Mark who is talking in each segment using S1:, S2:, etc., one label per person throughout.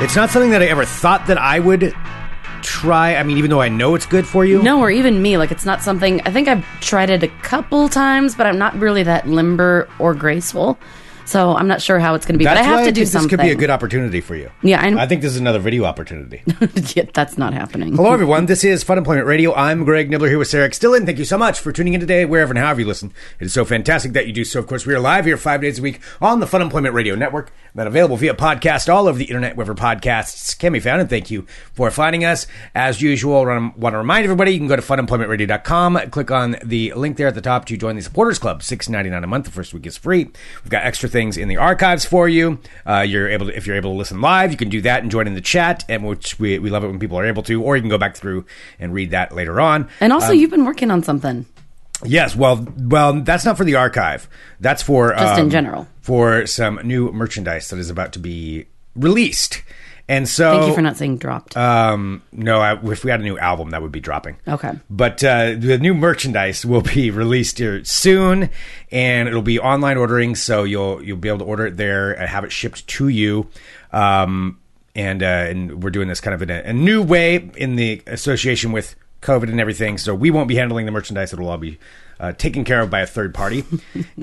S1: It's not something that I ever thought that I would try. I mean, even though I know it's good for you.
S2: No, or even me. Like, it's not something. I think I've tried it a couple times, but I'm not really that limber or graceful. So I'm not sure how it's going to be.
S1: That's
S2: but I have
S1: why
S2: to do
S1: think
S2: something.
S1: This could be a good opportunity for you.
S2: Yeah, I know.
S1: I think this is another video opportunity.
S2: Yeah, that's not happening.
S1: Hello, everyone. This is Fun Employment Radio. I'm Greg Nibbler here with Sarah Stillin. Thank you so much for tuning in today, wherever and however you listen. It is so fantastic that you do so. Of course, we are live here five days a week on the Fun Employment Radio Network, that available via podcast all over the internet, wherever podcasts can be found. And thank you for finding us. As usual, I want to remind everybody you can go to funemploymentradio.com, click on the link there at the top to join the Supporters Club. Six ninety nine a month. The first week is free. We've got extra things in the archives for you. Uh, you're able to, if you're able to listen live, you can do that and join in the chat, and which we, we love it when people are able to. Or you can go back through and read that later on.
S2: And also, you've been working on something.
S1: Yes, well, well, that's not for the archive. That's for um,
S2: Just in general.
S1: for some new merchandise that is about to be released. And so,
S2: Thank you for not saying dropped.
S1: Um, no, I, if we had a new album, that would be dropping.
S2: Okay.
S1: But uh, the new merchandise will be released here soon, and it'll be online ordering, so you'll you'll be able to order it there and have it shipped to you. Um, and uh, and we're doing this kind of in a, a new way in the association with COVID and everything. So we won't be handling the merchandise; it'll all be uh, taken care of by a third party,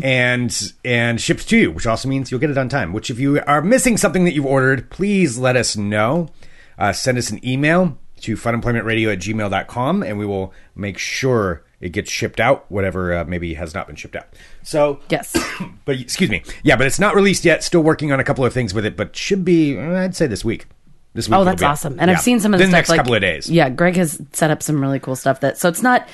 S1: and and shipped to you, which also means you'll get it on time. Which, if you are missing something that you've ordered, please let us know uh, send us an email to funemploymentradio at gmail.com and we will make sure it gets shipped out, whatever uh, maybe has not been shipped out. So,
S2: yes.
S1: but excuse me. Yeah, but it's not released yet. Still working on a couple of things with it, but should be, eh, I'd say this week. This week.
S2: Oh,
S1: it'll
S2: that's
S1: be out.
S2: awesome. And
S1: Yeah.
S2: I've seen some of the,
S1: the
S2: stuff,
S1: next
S2: like-
S1: couple of days.
S2: Yeah, Greg has set up some really cool stuff that so it's not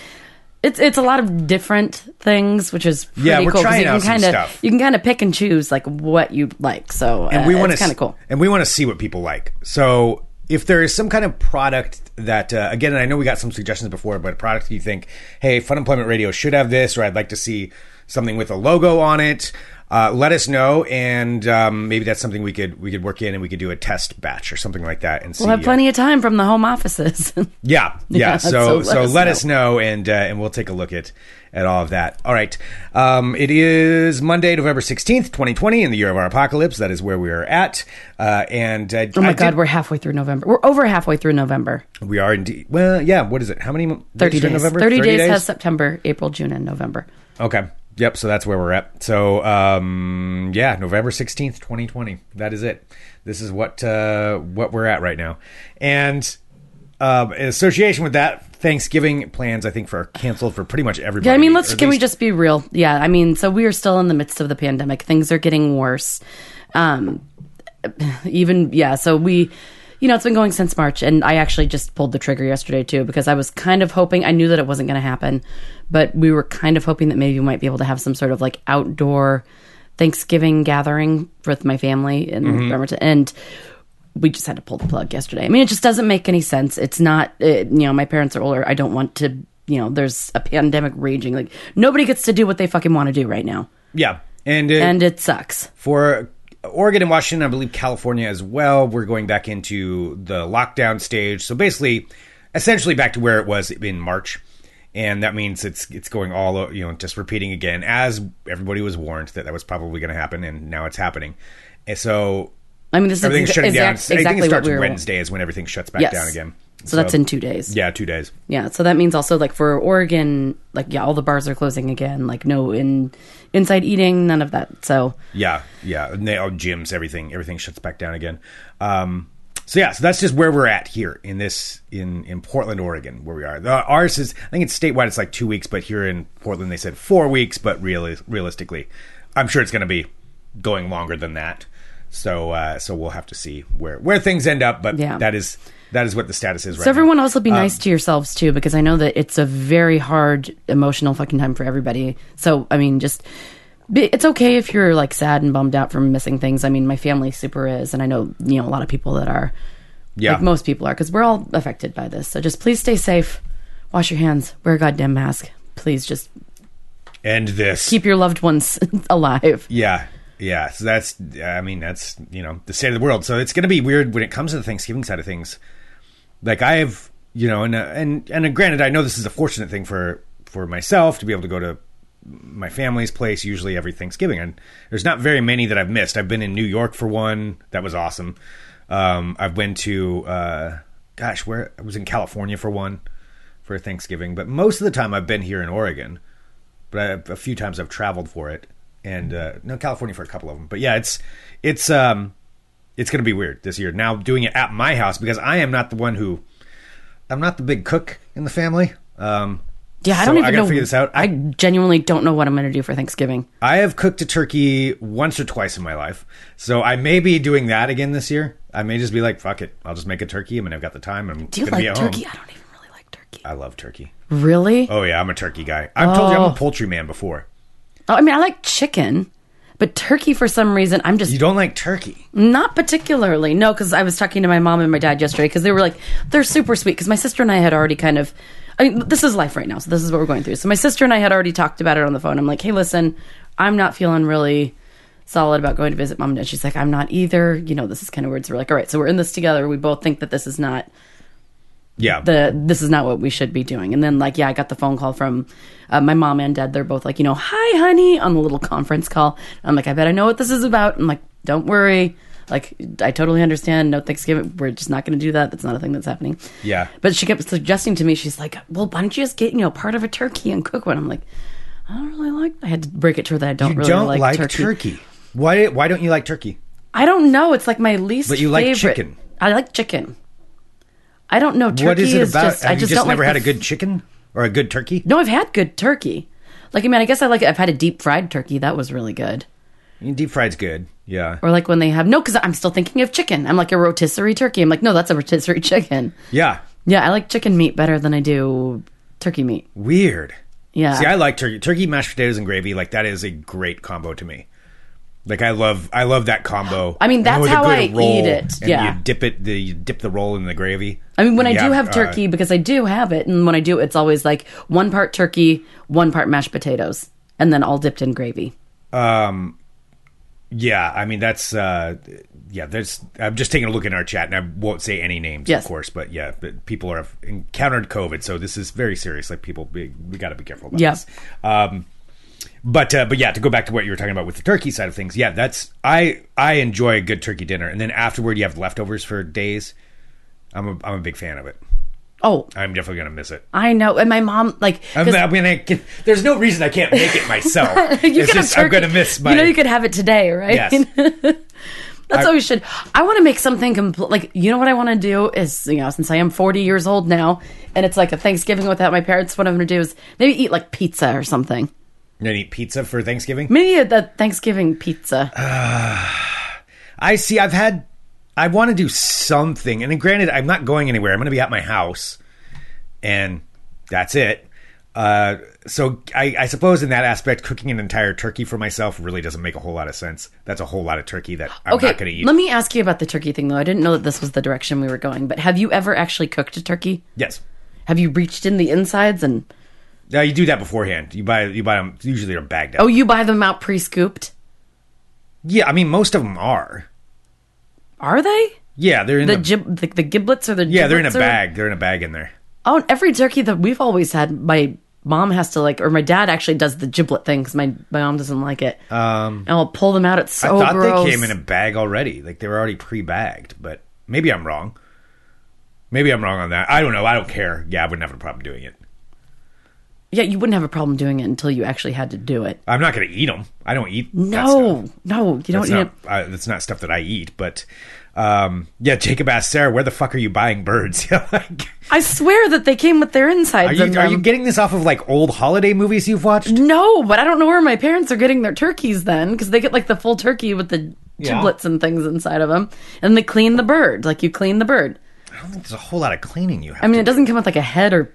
S2: it's it's a lot of different things, which is pretty
S1: Yeah, we're
S2: cool 'cause
S1: trying
S2: you can
S1: out some
S2: kinda,
S1: stuff.
S2: You can kind of pick and choose like what you like. So
S1: and
S2: uh,
S1: we want
S2: it's
S1: to
S2: kind of cool.
S1: And we want to see what people like. So if there is some kind of product that, uh, again, and I know we got some suggestions before, but a product you think, hey, Fun Employment Radio should have this, or I'd like to see something with a logo on it. Uh, let us know, and um, maybe that's something we could we could work in, and we could do a test batch or something like that, and see.
S2: We'll have
S1: uh,
S2: plenty of time from the home offices.
S1: yeah, yeah.
S2: Yeah,
S1: So, so, let, us, know, and uh, and we'll take a look at at all of that. All right, um, it is Monday, November sixteenth, twenty twenty, in the year of our apocalypse. That is where we are at, uh, and uh,
S2: oh my
S1: I
S2: god,
S1: did-
S2: we're halfway through November. We're over halfway through November.
S1: we are indeed. Well, yeah. What is it? How many? mo-
S2: Thirty
S1: days are in
S2: days.
S1: November?
S2: Thirty, days, has September, April, June, and November.
S1: Okay. Yep. So that's where we're at. So um, yeah, November sixteenth, twenty twenty. That is it. This is what uh, what we're at right now, and um, in association with that, Thanksgiving plans I think for are canceled for pretty much everybody.
S2: Yeah, I mean,
S1: or
S2: let's
S1: at
S2: can we
S1: least-
S2: just be real? Yeah, I mean, so we are still in the midst of the pandemic. Things are getting worse. Um, even yeah, so we, you know, it's been going since March, and I actually just pulled the trigger yesterday too because I was kind of hoping I knew that it wasn't going to happen, but we were kind of hoping that maybe we might be able to have some sort of like outdoor Thanksgiving gathering with my family in
S1: Mm-hmm.
S2: Bremerton, and we just had to pull the plug yesterday. I mean, it just doesn't make any sense. It's not, it, you know, my parents are older. I don't want to, you know, there's a pandemic raging. Like, nobody gets to do what they fucking want to do right now.
S1: yeah, and, uh, and
S2: And it sucks.
S1: for Oregon and Washington, I believe California as well. We're going back into the lockdown stage. So basically, essentially back to where it was in March. And that means it's it's going all o- you know just repeating again as everybody was warned that that was probably going to happen and now it's happening. And so
S2: I mean, this is
S1: everything's
S2: exa-
S1: shutting down.
S2: exact- exactly
S1: I think it
S2: what
S1: starts
S2: we were
S1: Wednesday is when everything shuts back
S2: Yes.
S1: down again.
S2: So, that's in two days.
S1: yeah two days.
S2: Yeah, so that means also like for Oregon, like yeah, all the bars are closing again. Like no in inside eating, none of that. So
S1: Yeah, yeah. And they all gyms, everything, everything shuts back down again. Um, so yeah, so that's just where we're at here in this in in Portland, Oregon, where we are. The, ours is I think it's statewide. It's like two weeks, but here in Portland they said four weeks. But really, realistically, I'm sure it's going to be going longer than that. So uh, so we'll have to see where where things end up. But
S2: Yeah.
S1: that is that is what the status is right Um,
S2: So everyone
S1: now.
S2: also be nice to yourselves too, because I know that it's a very hard emotional fucking time for everybody. So I mean, just be, it's okay if you're like sad and bummed out from missing things. I mean, my family super is, and I know you know a lot of people that are.
S1: Yeah.
S2: like most people are, because we're all affected by this. So just please stay safe, wash your hands, wear a goddamn mask. Please just
S1: End this.
S2: keep your loved ones alive.
S1: Yeah. Yeah. So that's, I mean, that's, you know, the state of the world. So it's going to be weird when it comes to the Thanksgiving side of things. Like I have, you know, and, uh, and, and granted, I know this is a fortunate thing for, for myself to be able to go to my family's place usually every Thanksgiving. And there's not very many that I've missed. I've been in New York for one. That was awesome. Um, I've been to, uh, gosh, where I was in California for one for Thanksgiving, but most of the time I've been here in Oregon. But I, a few times I've traveled for it, and uh, no California for a couple of them. But yeah, it's it's um it's going to be weird this year. Now doing it at my house because I am not the one who I'm not the big cook in the family. Um,
S2: Yeah, I
S1: so
S2: don't even
S1: I gotta
S2: know.
S1: figure this out.
S2: I genuinely don't know what I'm going to do for Thanksgiving.
S1: I have cooked a turkey once or twice in my life, so I may be doing that again this year. I may just be like, "Fuck it, I'll just make a turkey." I mean, I've got the time. I'm
S2: Do you
S1: gonna be
S2: like
S1: at
S2: turkey?
S1: home.
S2: I don't even really like turkey.
S1: I love turkey.
S2: Really?
S1: Oh yeah, I'm a turkey guy. I've told you I'm a poultry man before.
S2: Oh, I mean, I like chicken, but turkey for some reason I'm just
S1: You don't like turkey?
S2: Not particularly. No, because I was talking to my mom and my dad yesterday because they were like, they're super sweet. Because my sister and I had already kind of, I mean, this is life right now. So this is what we're going through. So my sister and I had already talked about it on the phone. I'm like, hey, listen, I'm not feeling really solid about going to visit mom and dad. She's like, I'm not either. You know, this is kind of weird. So we're like, all right, so we're in this together. We both think that this is not
S1: Yeah.
S2: the this is not what we should be doing. And then like yeah, I got the phone call from uh, my mom and dad. They're both like, you know, hi honey, on the little conference call. I'm like, I bet I know what this is about. I'm like, don't worry. Like I totally understand. No Thanksgiving. We're just not going to do that. That's not a thing that's happening.
S1: Yeah.
S2: But she kept suggesting to me, she's like, well, why don't you just get you know part of a turkey and cook one? I'm like, I don't really like. I had to break it to her that I don't
S1: you
S2: really
S1: don't
S2: like, turkey.
S1: Why? Why don't you like turkey?
S2: I don't know. It's like my least.
S1: But you like
S2: favorite.
S1: chicken.
S2: I like chicken. I don't know. Turkey
S1: what is it about?
S2: Just,
S1: Have
S2: I
S1: you
S2: just,
S1: just,
S2: don't
S1: never
S2: like
S1: had
S2: the
S1: a good chicken or a good turkey?
S2: No, I've had good turkey. Like, I mean, I guess I like I've had a deep fried turkey. That was really good.
S1: I mean, Deep fried's good. Yeah.
S2: Or like when they have no, because I'm still thinking of chicken. I'm like a rotisserie turkey. I'm like, no, that's a rotisserie chicken.
S1: Yeah.
S2: Yeah, I like chicken meat better than I do turkey meat.
S1: Weird.
S2: Yeah.
S1: See, I like turkey. Turkey, mashed potatoes, and gravy. Like that is a great combo to me. Like I love, I love that combo.
S2: I mean, that's
S1: with a
S2: how
S1: good
S2: I eat it,
S1: and
S2: yeah.
S1: you dip it, the, you dip the roll in the gravy.
S2: I mean, when I
S1: You
S2: do have
S1: uh,
S2: turkey, because I do have it, and when I do, it's always like one part turkey, one part mashed potatoes, and then all dipped in gravy.
S1: yeah, I mean that's, uh, yeah. There's, I'm just taking a look in our chat, and I won't say any names,
S2: Yes.
S1: of course, but yeah, but people are encountered COVID, so this is very serious. Like people, be, we got to be careful about
S2: Yeah.
S1: this. Um, but uh, but yeah, to go back to what you were talking about with the turkey side of things, yeah, that's I I enjoy a good turkey dinner, and then afterward you have leftovers for days. I'm a, I'm a big fan of it.
S2: Oh,
S1: I'm definitely gonna miss it.
S2: I know. And my mom, like,
S1: I'm,
S2: 'cause-
S1: I mean, I can, there's no reason I can't make it myself.
S2: you
S1: it's
S2: could
S1: just
S2: have
S1: I'm
S2: turkey.
S1: gonna miss my.
S2: You know, you could have it today, right?
S1: yes.
S2: That's what we should. I want to make something complete. Like, you know what I want to do is, you know, since I am 40 years old now and it's like a Thanksgiving without my parents, what I'm going to do is maybe eat like pizza or something.
S1: And eat pizza for Thanksgiving.
S2: Maybe the Thanksgiving pizza.
S1: I see. I've had. I want to do something, and then granted, I'm not going anywhere. I'm going to be at my house, and that's it. Uh, so I, I suppose in that aspect, cooking an entire turkey for myself really doesn't make a whole lot of sense. That's a whole lot of turkey that I'm
S2: okay.
S1: not going to eat.
S2: Let me ask you about the turkey thing, though. I didn't know that this was the direction we were going, but have you ever actually cooked a turkey?
S1: yes.
S2: Have you reached in the insides and.
S1: Now you do that beforehand. You buy you buy them. Usually they're bagged up.
S2: Oh, you buy them out pre scooped?
S1: Yeah, I mean most of them are.
S2: Are they?
S1: Yeah, they're in
S2: The,
S1: the,
S2: gib- the, the giblets or the
S1: yeah they're in a
S2: giblets are-
S1: bag. They're in a bag in there.
S2: Oh, and every turkey that we've always had, my mom has to like, or my dad actually does the giblet thing because my, my mom doesn't like it. Um, and I'll pull them out. It's so
S1: I thought
S2: gross.
S1: they came in a bag already. Like they were already pre-bagged, but maybe I'm wrong. Maybe I'm wrong on that. I don't know. I don't care. Yeah, I wouldn't have a problem doing it.
S2: yeah, you wouldn't have a problem doing it until you actually had to do it.
S1: I'm not going to eat them. I don't eat. that
S2: No,
S1: stuff.
S2: no, you don't
S1: that's
S2: need it.
S1: not. I, that's not stuff that I eat. But um, yeah, Jacob asked Sarah, "Where the fuck are you buying birds?" Yeah, like,
S2: I swear that they came with their
S1: are
S2: insides. in
S1: you are you
S2: them.
S1: getting this off of like old holiday movies you've watched?
S2: no, but I don't know where my parents are getting their turkeys then because they get like the full turkey with the
S1: Yeah.
S2: giblets and things inside of them, and they clean the bird like you clean the bird.
S1: I don't think there's a whole lot of cleaning you have.
S2: I mean,
S1: to
S2: it doesn't come with like a head or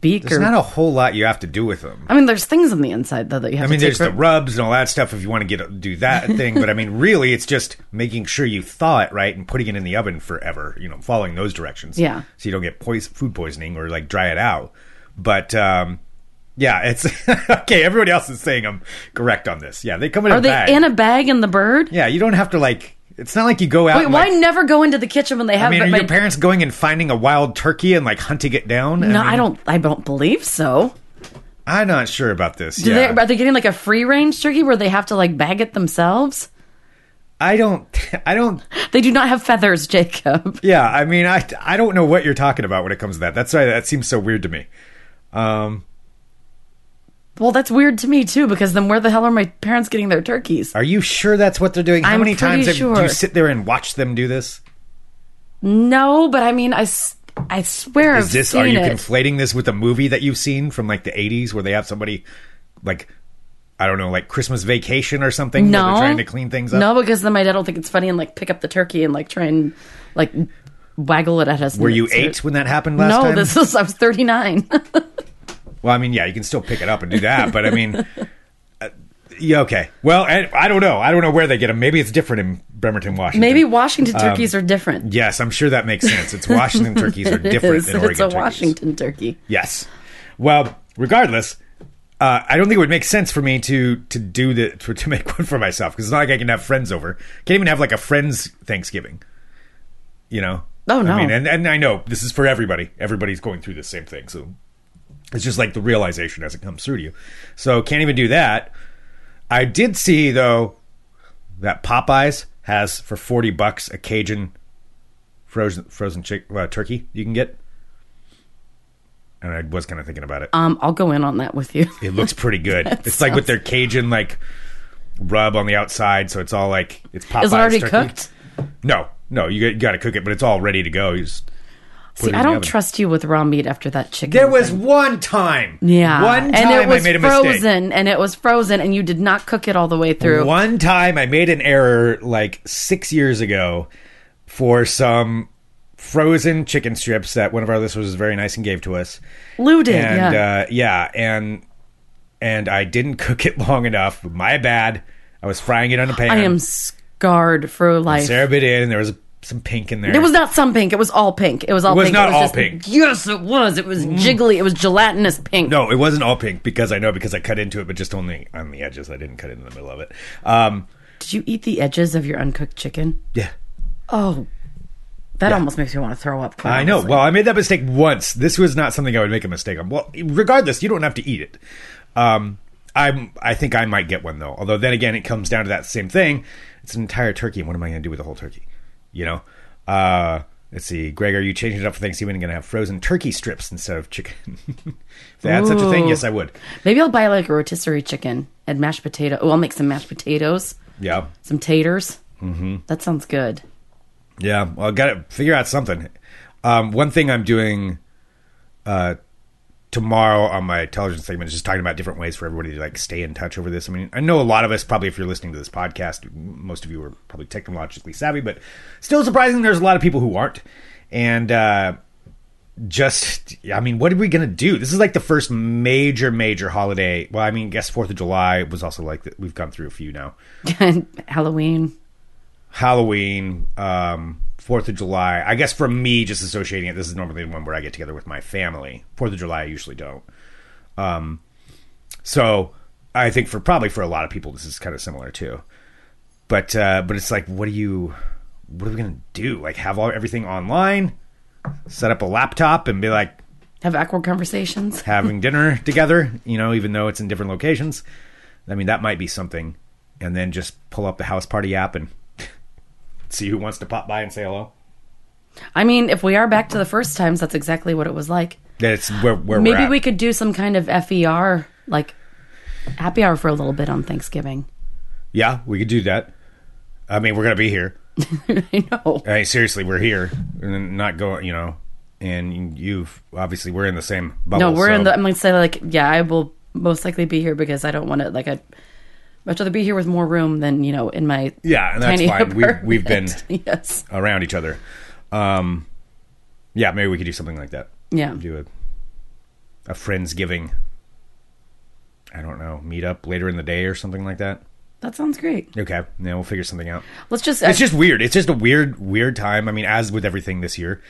S2: beak
S1: There's
S2: or.
S1: not a whole lot you have to do with them.
S2: I mean, there's things on the inside though that you have.
S1: I mean,
S2: to take
S1: there's the
S2: for-
S1: rubs and all that stuff if you want to get do that thing. But I mean, really, it's just making sure you thaw it right and putting it in the oven forever. You know, following those directions.
S2: Yeah.
S1: So you don't get pois- food poisoning or like dry it out. But um, yeah, it's okay. Everybody else is saying I'm correct on this. Yeah, they come in
S2: Are
S1: a
S2: they
S1: bag.
S2: in a bag in the bird?
S1: yeah, you don't have to like. It's not like you go out.
S2: Wait,
S1: and,
S2: why
S1: like-
S2: never go into the kitchen when they have?
S1: I mean,
S2: but
S1: are
S2: my-
S1: your parents going and finding a wild turkey and like hunting it down?
S2: no,
S1: mean,
S2: I don't. I don't believe so.
S1: I'm not sure about this.
S2: Do
S1: yeah.
S2: they, are they getting like a free range turkey where they have to like bag it themselves?
S1: I don't. I don't.
S2: They do not have feathers, Jacob.
S1: Yeah, I mean, I I don't know what you're talking about when it comes to that. That's why that seems so weird to me.
S2: Well, that's weird to me too, because then where the hell are my parents getting their turkeys?
S1: Are you sure that's what they're doing? How
S2: I'm
S1: many
S2: pretty
S1: times have- do
S2: sure.
S1: you sit there and watch them do this?
S2: No, but I mean, I, s- I swear
S1: Is
S2: I've
S1: this?
S2: seen
S1: Are you
S2: it.
S1: conflating this with a movie that you've seen from like the '80s where they have somebody like I don't know, like Christmas Vacation or something? where
S2: no,
S1: they're trying to clean things up.
S2: No, because then my dad will think it's funny and like pick up the turkey and like try and like waggle it at us.
S1: Were you eight when that happened last
S2: no,
S1: time?
S2: this was I was 39.
S1: Well, I mean, yeah, you can still pick it up and do that, but I mean, uh, yeah, okay. Well, I, I don't know. I don't know where they get them. Maybe it's different in Bremerton, Washington.
S2: Maybe
S1: Um,
S2: Washington turkeys are different.
S1: Yes, I'm sure that makes sense. It's Washington turkeys are
S2: It
S1: different
S2: is.
S1: than Oregon
S2: it's a
S1: turkeys.
S2: Washington turkey.
S1: Yes. Well, regardless, uh, I don't think it would make sense for me to to do the to, to make one for myself because it's not like I can have friends over. Can't even have like a friends Thanksgiving. You know?
S2: Oh, no.
S1: I mean, and, and I know this is for everybody. Everybody's going through the same thing, so it's just like the realization as it comes through to you. So can't even do that. I did see though that Popeyes has for forty bucks a Cajun frozen frozen chick uh, turkey you can get. And I was kind of thinking about it.
S2: Um, I'll go in on that with you.
S1: It looks pretty good. it's like with their Cajun like rub on the outside, so it's all like it's Popeyes.
S2: Is it already
S1: turkey.
S2: cooked?
S1: No, no, you, got to cook it, but it's all ready to go. You just put
S2: See,
S1: it in
S2: I
S1: the
S2: don't
S1: oven.
S2: trust you with raw meat after that chicken.
S1: There was
S2: thing.
S1: one time,
S2: yeah,
S1: one time
S2: and it was
S1: I made a
S2: frozen,
S1: mistake.
S2: and it was frozen, and you did not cook it all the way through.
S1: One time I made an error like six years ago for some frozen chicken strips that one of our listeners was very nice and gave to us.
S2: Lou did,
S1: And
S2: yeah.
S1: uh, yeah, and and I didn't cook it long enough. My bad. I was frying it on a pan.
S2: I am scarred for life.
S1: Sarah bit in, and there was some pink in there.
S2: It was not some pink. It was all pink. It was all.
S1: It was
S2: pink.
S1: not
S2: it was
S1: all
S2: just,
S1: pink. Mm.
S2: Yes, it was. It was jiggly. It was gelatinous pink.
S1: no, it wasn't all pink because I know because I cut into it, but just only on the edges. I didn't cut into the middle of it. Um,
S2: Did you eat the edges of your uncooked chicken?
S1: yeah,
S2: Oh, that almost makes me want to throw up. quite
S1: I know.
S2: honestly.
S1: Well, I made that mistake once. This was not something I would make a mistake on. Well, regardless, you don't have to eat it. Um, I'm. I think I might get one though. Although then again, it comes down to that same thing. It's an entire turkey. and What am I going to do with the whole turkey? You know. Uh, let's see, Greg. Are you changing it up for Thanksgiving? Going to have frozen turkey strips instead of chicken? if they had such a thing,
S2: Ooh.
S1: yes, I would.
S2: maybe I'll buy like a rotisserie chicken and mashed potato. Oh, I'll make some mashed potatoes,
S1: Yeah.
S2: some taters. Mm-hmm. That sounds good.
S1: Yeah, well, I got to figure out something. Um, one thing I'm doing uh, tomorrow on my intelligence segment is just talking about different ways for everybody to like stay in touch over this. I mean, I know a lot of us probably, if you're listening to this podcast, most of you are probably technologically savvy, but still surprising. There's a lot of people who aren't, and uh, just I mean, what are we gonna do? This is like the first major, major holiday. Well, I mean, I guess Fourth of July was also like that. We've gone through a few now.
S2: Halloween.
S1: Halloween, um, Fourth of July. I guess for me, just associating it, this is normally the one where I get together with my family. Fourth of July, I usually don't. Um, so I think for probably for a lot of people, this is kind of similar too. But uh, but it's like, what do you, what are we gonna do? Like have all everything online, set up a laptop, and be like
S2: Have awkward conversations.
S1: having dinner together. You know, even though it's in different locations. I mean, that might be something. And then just pull up the house party app and see who wants to pop by and say hello.
S2: I mean, if we are back to the first times, that's exactly what it was like.
S1: That's where where we're
S2: Maybe
S1: at.
S2: we could do some kind of FER, like happy hour for a little bit on Thanksgiving.
S1: yeah, we could do that. I mean, we're gonna be here.
S2: I know.
S1: I mean, seriously, we're here and not going. You know, and you've obviously we're in the same bubble.
S2: No, we're in
S1: so-
S2: the. I'm gonna say like, yeah, I will most likely be here because I don't want to. Like, I'd much rather be here with more room than you know in my
S1: Yeah, and that's
S2: tiny
S1: fine. We've- we've
S2: apartment. yes,
S1: around each other. Um, yeah, maybe we could do something like that.
S2: yeah.
S1: do a a friendsgiving. I don't know, meet up later in the day or something like that.
S2: That sounds great.
S1: Okay, yeah, we'll figure something out.
S2: Let's just.
S1: It's just weird. It's just a weird, weird time. I mean, as with everything this year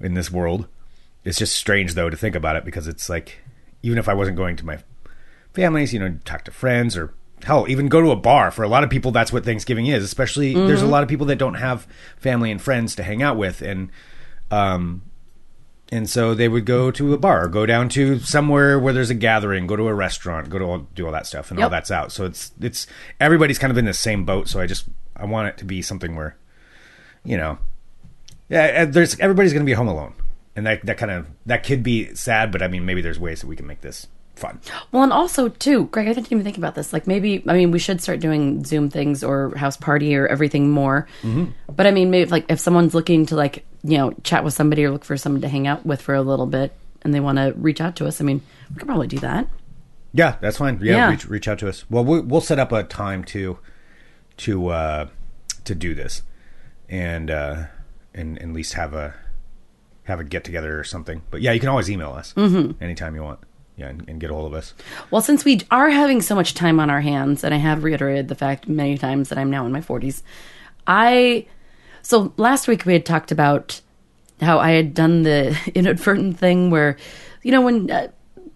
S1: in this world, it's just strange though to think about it because it's like, even if I wasn't going to my families, you know, talk to friends or hell, even go to a bar. For a lot of people, that's what Thanksgiving is. Especially there's a lot of people that don't have family and friends to hang out with, and um, and so they would go to a bar, or go down to somewhere where there's a gathering, go to a restaurant, go to all, do all that stuff, and all
S2: Yep.
S1: that's out. So it's it's everybody's kind of in the same boat. So I just I want it to be something where, you know, yeah, and there's everybody's going to be home alone, and that that kind of that could be sad, but I mean, maybe there's ways that we can make this fun.
S2: Well, and also too, Greg, I didn't even think about this. Like maybe, I mean, we should start doing Zoom things or house party or everything more.
S1: Mm-hmm.
S2: But I mean, maybe if, like if someone's looking to like you know chat with somebody or look for someone to hang out with for a little bit and they want to reach out to us, I mean, we could probably do that.
S1: Yeah, that's fine. Yeah,
S2: Yeah.
S1: Reach, reach out to us. Well, we, we'll set up a time to to uh, to do this, and uh, and and at least have a have a get together or something. But yeah, you can always email us
S2: Mm-hmm.
S1: anytime you want. Yeah, and, and get a hold of us.
S2: Well, since we are having so much time on our hands, and I have reiterated the fact many times that I'm now in my 40s, I. So last week we had talked about how I had done the inadvertent thing where, you know, when. Uh,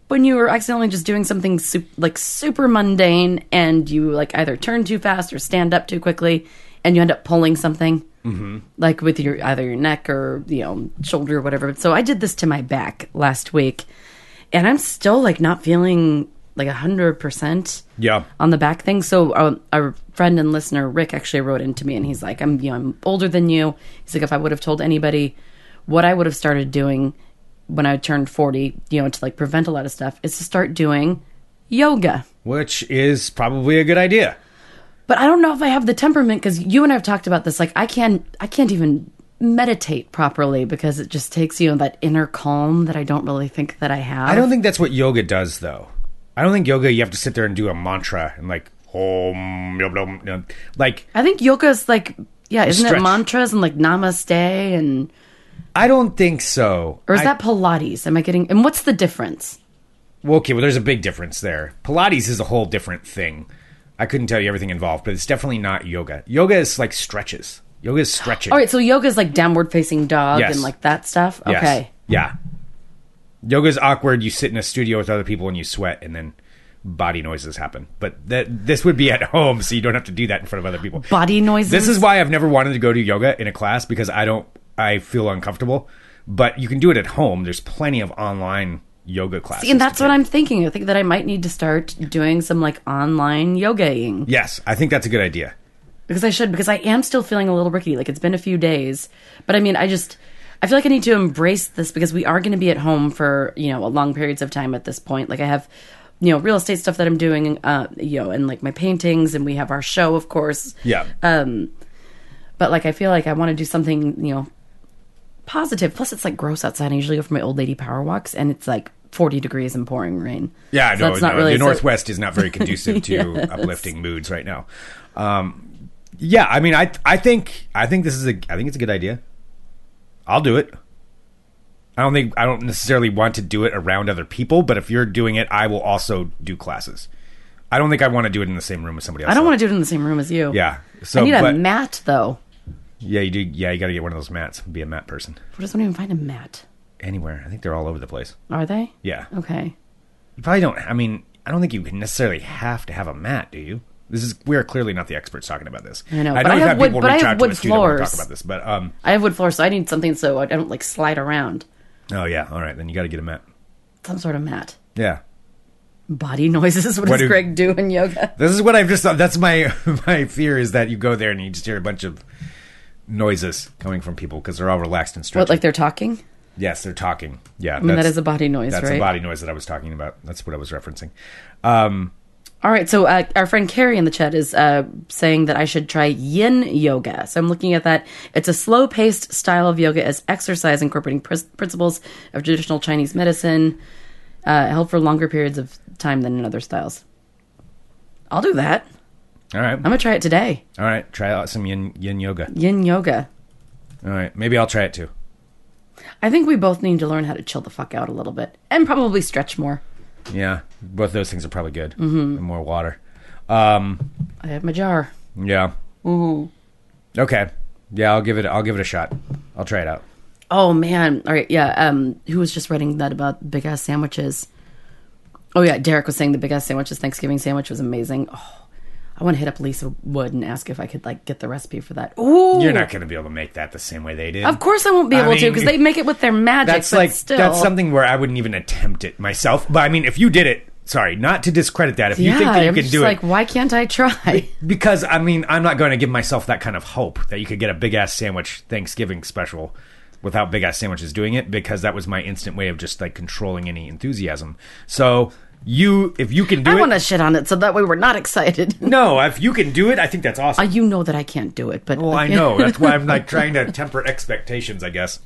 S2: when you were accidentally just doing something sup- like super mundane and you like either turn too fast or stand up too quickly and you end up pulling something mm-hmm. like with your either your neck or you know shoulder or whatever so i did this to my back last week and i'm still like not feeling like a hundred percent
S1: Yeah,
S2: on the back thing. So our, our friend and listener Rick actually wrote into me, and he's like, "I'm you know I'm older than you." He's like, "If I would have told anybody what I would have started doing when I turned 40, you know, to like prevent a lot of stuff, is to start doing yoga."
S1: which is probably a good idea.
S2: But I don't know if I have the temperament because you and I have talked about this. Like I can't I can't even meditate properly because it just takes you know that inner calm that I don't really think that I have.
S1: I don't think that's what yoga does, though. I don't think yoga you have to sit there and do a mantra and like om yum, yum, yum. like
S2: I think yoga is like yeah, isn't
S1: Stretch.
S2: it mantras and like namaste and
S1: I don't think so.
S2: Or is
S1: I-
S2: that Pilates? Am I getting? And what's the difference?
S1: Well, okay, well, there's a big difference there. Pilates is a whole different thing. I couldn't tell you everything involved, but it's definitely not yoga. Yoga is like stretches. Yoga is stretching.
S2: All right, so yoga is like downward facing dog
S1: Yes.
S2: and like that stuff.
S1: Yes.
S2: Okay,
S1: Yeah. Yoga's awkward. You sit in a studio with other people and you sweat, and then body noises happen. But that this would be at home, so you don't have to do that in front of other people.
S2: body noises.
S1: This is why I've never wanted to go to yoga in a class because I don't. I feel uncomfortable. But you can do it at home. There's plenty of online yoga classes.
S2: and
S1: to
S2: that's what
S1: take.
S2: I'm thinking. I think that I might need to start doing some like online yogaing
S1: Yes, I think that's a good idea.
S2: because I should because I am still feeling a little rickety. Like it's been a few days, but I mean, I just I feel like I need to embrace this because we are going to be at home for you know long periods of time at this point. Like I have you know real estate stuff that I'm doing, uh, you know, and like my paintings, and we have our show, of course.
S1: Yeah.
S2: Um, but like I feel like I want to do something, you know, positive. Plus, it's like gross outside. I usually go for my old lady power walks, and it's like forty degrees and pouring rain.
S1: Yeah,
S2: So
S1: no,
S2: that's
S1: no,
S2: not really
S1: the
S2: so-
S1: Northwest is not very conducive to uplifting moods right now. Um, yeah, I mean, I I think I think this is a I think it's a good idea. I'll do it. I don't think I don't necessarily want to do it around other people, but if you're doing it, I will also do classes. I don't think I want to do it in the same room with somebody else.
S2: I don't
S1: though.
S2: want to do it in the same room as you.
S1: Yeah. So,
S2: I need
S1: but-
S2: a mat though.
S1: Yeah, you do. Yeah, you got to get one of those mats. Be a mat person
S2: Where does one even find a mat?
S1: anywhere. I think they're all over the place.
S2: Are they?
S1: Yeah.
S2: Okay.
S1: You probably don't. I mean, I don't think you necessarily have to have a mat, do you? This is we are clearly not the experts talking about this.
S2: I know,
S1: I
S2: but I
S1: we've
S2: have
S1: had
S2: wood-
S1: people
S2: but I
S1: reach
S2: have
S1: out to
S2: wood
S1: us too that wanna
S2: floors.
S1: talk about this, but um,
S2: I have wood floor, so I need something so I don't like slide around.
S1: oh yeah, all right, then you got to get a mat.
S2: Some sort of mat.
S1: Yeah,
S2: Body noises. What,
S1: What
S2: does
S1: do-
S2: Greg do in yoga?
S1: this is what I've just thought. That's my my fear is that you go there and you just hear a bunch of noises coming from people because they're all relaxed and
S2: What,
S1: stretching.
S2: like they're talking?
S1: yes, they're talking. Yeah,
S2: I mean, that is a body noise,
S1: That's
S2: right?
S1: a body noise that I was talking about. That's what I was referencing. Um,
S2: All right, so uh, our friend Carrie in the chat is uh, saying that I should try yin yoga. So I'm looking at that. It's a slow paced style of yoga as exercise, incorporating pris- principles of traditional Chinese medicine, uh, held for longer periods of time than in other styles. I'll do that.
S1: all right,
S2: I'm going to try it today.
S1: all right. Try out some yin yin yoga.
S2: Yin yoga.
S1: All right, maybe I'll try it too.
S2: I think we both need to learn how to chill the fuck out a little bit and probably stretch more.
S1: Yeah, both those things are probably good. Mm-hmm. And more water. Um,
S2: I have my jar.
S1: yeah. Mm-hmm. Okay. Yeah, I'll give it. I'll give it a shot. I'll try it out.
S2: Oh man! All right, yeah. Um, who was just writing that about big ass sandwiches? Oh yeah, Derek was saying the big ass sandwiches Thanksgiving sandwich was amazing. Oh, I want to hit up Lisa Wood and ask if I could like get the recipe for that. Ooh,
S1: You're not going to be able to make that the same way they did.
S2: Of course, I won't be
S1: I
S2: able to
S1: mean,
S2: because they make it with their magic.
S1: that's
S2: but
S1: like
S2: still.
S1: that's something where I wouldn't even attempt it myself. But I mean, if you did it, sorry, not to discredit that. If you think
S2: yeah,
S1: that you
S2: I'm
S1: can
S2: just
S1: do
S2: like,
S1: it,
S2: why can't I try?
S1: because I mean, I'm not going to give myself that kind of hope that you could get a big ass sandwich Thanksgiving special without big ass sandwiches doing it because that was my instant way of just like controlling any enthusiasm. So you, if you can do
S2: I
S1: it,
S2: want to shit on it so that way we're not excited.
S1: no, if you can do it, I think that's awesome.
S2: Uh, you know that I can't do it, but
S1: Well, Oh, I know. That's why I'm like trying to temper expectations, I guess.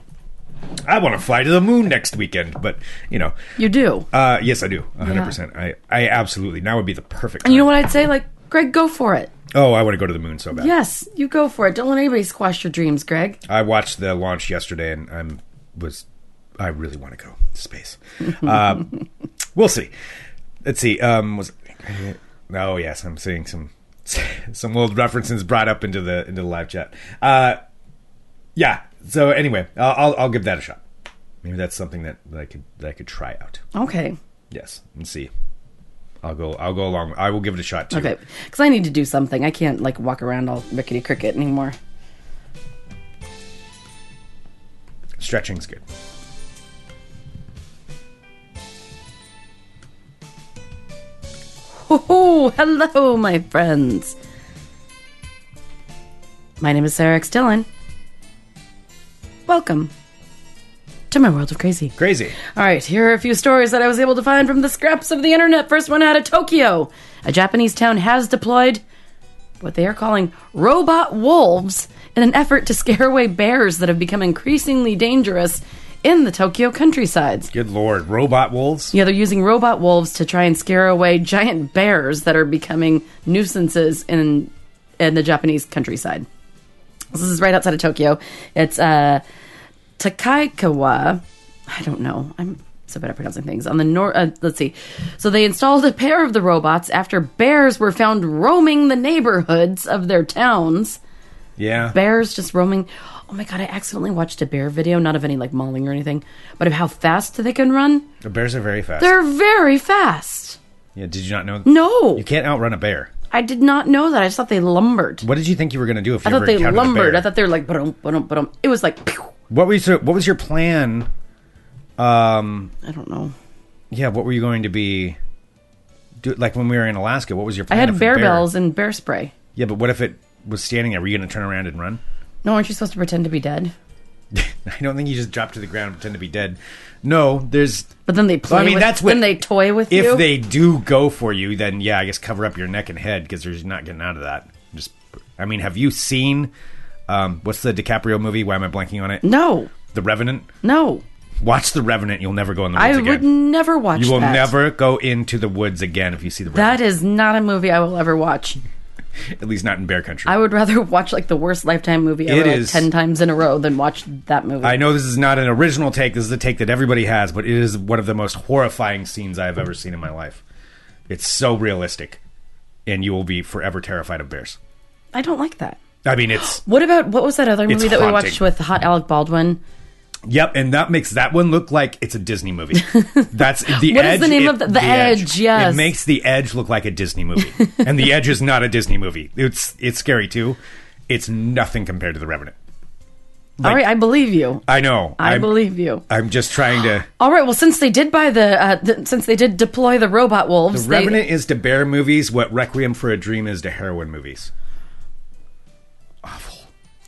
S1: I want to fly to the moon next weekend, but you know,
S2: you do.
S1: uh, yes, I do, 100. percent I, I absolutely. Now would be the perfect.
S2: and you know what I'd say? Like, Greg, go for it.
S1: Oh, I want to go to the moon so bad.
S2: Yes, you go for it. Don't let anybody squash your dreams, Greg.
S1: I watched the launch yesterday, and I'm was I really want to go to space. Uh, we'll see. Let's see. Um, was oh yes, I'm seeing some some old references brought up into the into the live chat. Uh, yeah. So anyway, I'll I'll, I'll give that a shot. Maybe that's something that, that I could that I could try out.
S2: Okay.
S1: Yes, and see. I'll go. I'll go along. I will give it a shot too.
S2: Okay. Because I need to do something. I can't, like, walk around all rickety cricket anymore.
S1: Stretching's good.
S2: Oh, hello, my friends. My name is Sarah X. Dillon. Welcome to my world of crazy.
S1: Crazy.
S2: All right, here are a few stories that I was able to find from the scraps of the internet. First one out of Tokyo. A Japanese town has deployed what they are calling robot wolves in an effort to scare away bears that have become increasingly dangerous in the Tokyo countrysides.
S1: Good lord, robot wolves.
S2: Yeah, they're using robot wolves to try and scare away giant bears that are becoming nuisances in in the Japanese countryside. This is right outside of Tokyo. It's uh, Takaikawa. I don't know. I'm so bad at pronouncing things. On the north, uh, let's see. So they installed a pair of the robots after bears were found roaming the neighborhoods of their towns
S1: Yeah.
S2: bears just roaming. Oh my god, I accidentally watched a bear video, not of any like mauling or anything, but of how fast they can run.
S1: The bears are very fast.
S2: They're very fast.
S1: Yeah, did you not know?
S2: No,
S1: You can't outrun a bear.
S2: I did not know that. I just thought they lumbered.
S1: What did you think you were going to do if you
S2: I
S1: ever
S2: thought they
S1: encountered a
S2: lumbered.
S1: bear?
S2: I thought they were like, ba-dum, ba-dum, ba-dum. it was like, pew.
S1: what was your, what was your plan?
S2: I don't know.
S1: Yeah, what were you going to be? Do, like when we were in Alaska, what was your
S2: I
S1: plan?
S2: had
S1: if a
S2: bear, bells and bear spray.
S1: Yeah, but what if it was standing there? Were you going to turn around and run?
S2: No, aren't you supposed to pretend to be dead?
S1: I don't think you just drop to the ground and pretend to be dead. No, there's.
S2: But then they play.
S1: I mean,
S2: with,
S1: that's what-
S2: when they toy with
S1: If
S2: you.
S1: they do go for you, then yeah, I guess cover up your neck and head because there's not getting out of that. Just, I mean, have you seen? Um, what's the DiCaprio movie? Why am I blanking on it?
S2: no,
S1: The Revenant.
S2: no,
S1: Watch The Revenant. You'll never go in the
S2: I
S1: woods again.
S2: would never watch.
S1: You will
S2: that.
S1: never go into the woods again if you see the
S2: That is not a movie I will ever watch.
S1: Revenant, at least not in bear country.
S2: I
S1: I,
S2: would rather watch like the worst Lifetime movie ever
S1: It
S2: like,
S1: is-
S2: ten times in a row than watch that movie.
S1: know this is not an original take. This is a take that everybody has, but it is one of the most horrifying scenes I have ever seen in my life. It's so realistic, and you will be forever terrified of bears.
S2: I don't like that.
S1: I mean, it's
S2: What about what was that other
S1: It's
S2: movie that we
S1: haunting.
S2: watched with Hot Alec Baldwin?
S1: yep, and that makes that one look like it's a Disney movie. That's the
S2: What
S1: edge.
S2: is the name
S1: it-
S2: of the- The Edge, yes.
S1: it makes the edge look like a Disney movie, and the edge is not a Disney movie. It's it's scary too. It's nothing compared to the Revenant.
S2: All right, I believe you.
S1: I know.
S2: I
S1: I'm-
S2: believe you.
S1: I'm just trying to.
S2: All right. Well, since they did buy the, uh, th- since they did deploy the robot wolves, they-
S1: Revenant is to bear movies what Requiem for a Dream is to heroin movies.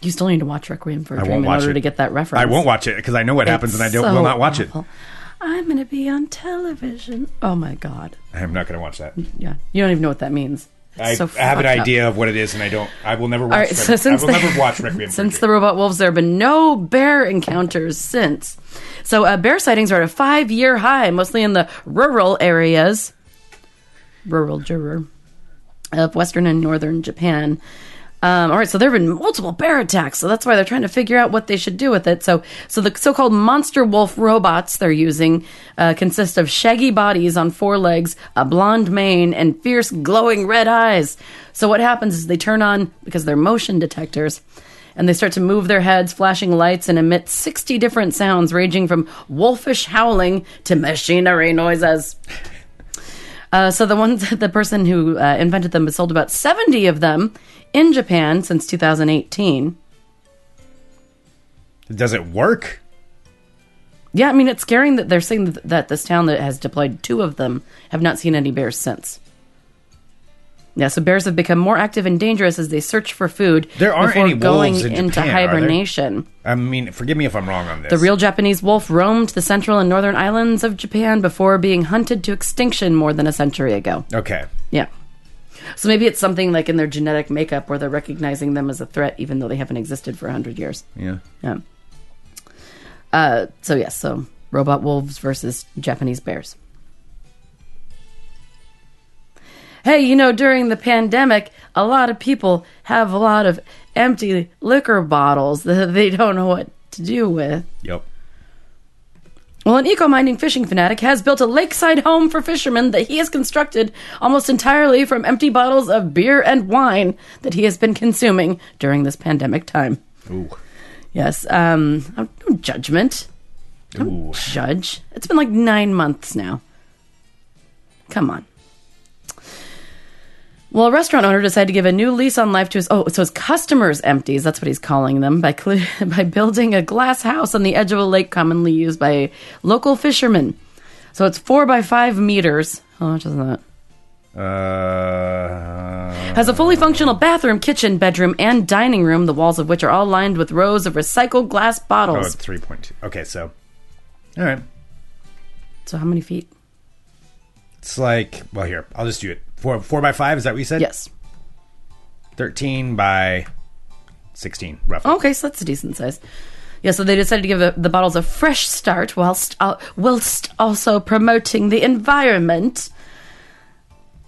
S2: you still need to watch Requiem for a
S1: I
S2: Dream
S1: won't
S2: in
S1: watch
S2: order
S1: it.
S2: to get that reference.
S1: I won't watch it because I know what happens and I don't will not watch it.
S2: I'm going to be on television. Oh my god.
S1: I'm not going to watch that.
S2: Yeah, you don't even know what that means. It's
S1: I,
S2: so
S1: I have an
S2: fucked up.
S1: idea of what it is and I don't. I will never watch.
S2: All right, so
S1: Requiem-
S2: since
S1: I will
S2: the-
S1: never watch Requiem
S2: Since
S1: for a
S2: the robot wolves, there have been no bear encounters since. So uh, bear sightings are at a five-year high, mostly in the rural areas, rural juror of western and northern Japan. Um, all right, so there have been multiple bear attacks, so that's why they're trying to figure out what they should do with it. So, so the so-called monster wolf robots they're using uh, consist of shaggy bodies on four legs, a blonde mane, and fierce glowing red eyes. So what happens is they turn on because they're motion detectors, and they start to move their heads, flashing lights, and emit sixty different sounds, ranging from wolfish howling to machinery noises. Uh, so the ones, the person who uh, invented them has sold about seventy of them in Japan since 2018.
S1: Dream. Does it work?
S2: Yeah, I mean, it's scaring that they're saying that- that this town that has deployed two of them have not seen any bears since. Yeah, so bears have become more active and dangerous as they search for food
S1: There aren't
S2: before
S1: any
S2: going
S1: wolves in
S2: into
S1: Japan, are there?
S2: hibernation.
S1: I mean, forgive me if I'm wrong on this.
S2: The real Japanese wolf roamed the central and northern islands of Japan before being hunted to extinction more than a century ago.
S1: Okay.
S2: Yeah. So maybe it's something like in their genetic makeup where they're recognizing them as a threat even though they haven't existed for 100 years.
S1: Yeah.
S2: Yeah. Uh, so yes, so robot wolves versus Japanese bears. Hey, you know, during the pandemic, a lot of people have a lot of empty liquor bottles that they don't know what to do with.
S1: Yep.
S2: Well, an eco mining fishing fanatic has built a lakeside home for fishermen that he has constructed almost entirely from empty bottles of beer and wine that he has been consuming during this pandemic time.
S1: Ooh.
S2: Yes. Um, I'm- no judgment.
S1: Ooh.
S2: Judge. It's been like nine months now. Come on. Well, a restaurant owner decided to give a new lease on life to his oh, so his customers' empties. That's what he's calling them by cl- by building a glass house on the edge of a lake commonly used by local fishermen. So it's four by five meters. How much is that?
S1: Uh,
S2: Has a fully functional bathroom, kitchen, bedroom, and dining room. The walls of which are all lined with rows of recycled glass
S1: oh,
S2: bottles.
S1: 3.2. Okay, so. All right.
S2: So how many feet?
S1: It's like, well, here, I'll just do it. Four, four by five, is that what you said?
S2: Yes.
S1: 13 by 16, roughly.
S2: Okay, so that's a decent size. Yeah, so they decided to give the- the bottles a fresh start whilst uh, whilst also promoting the environment.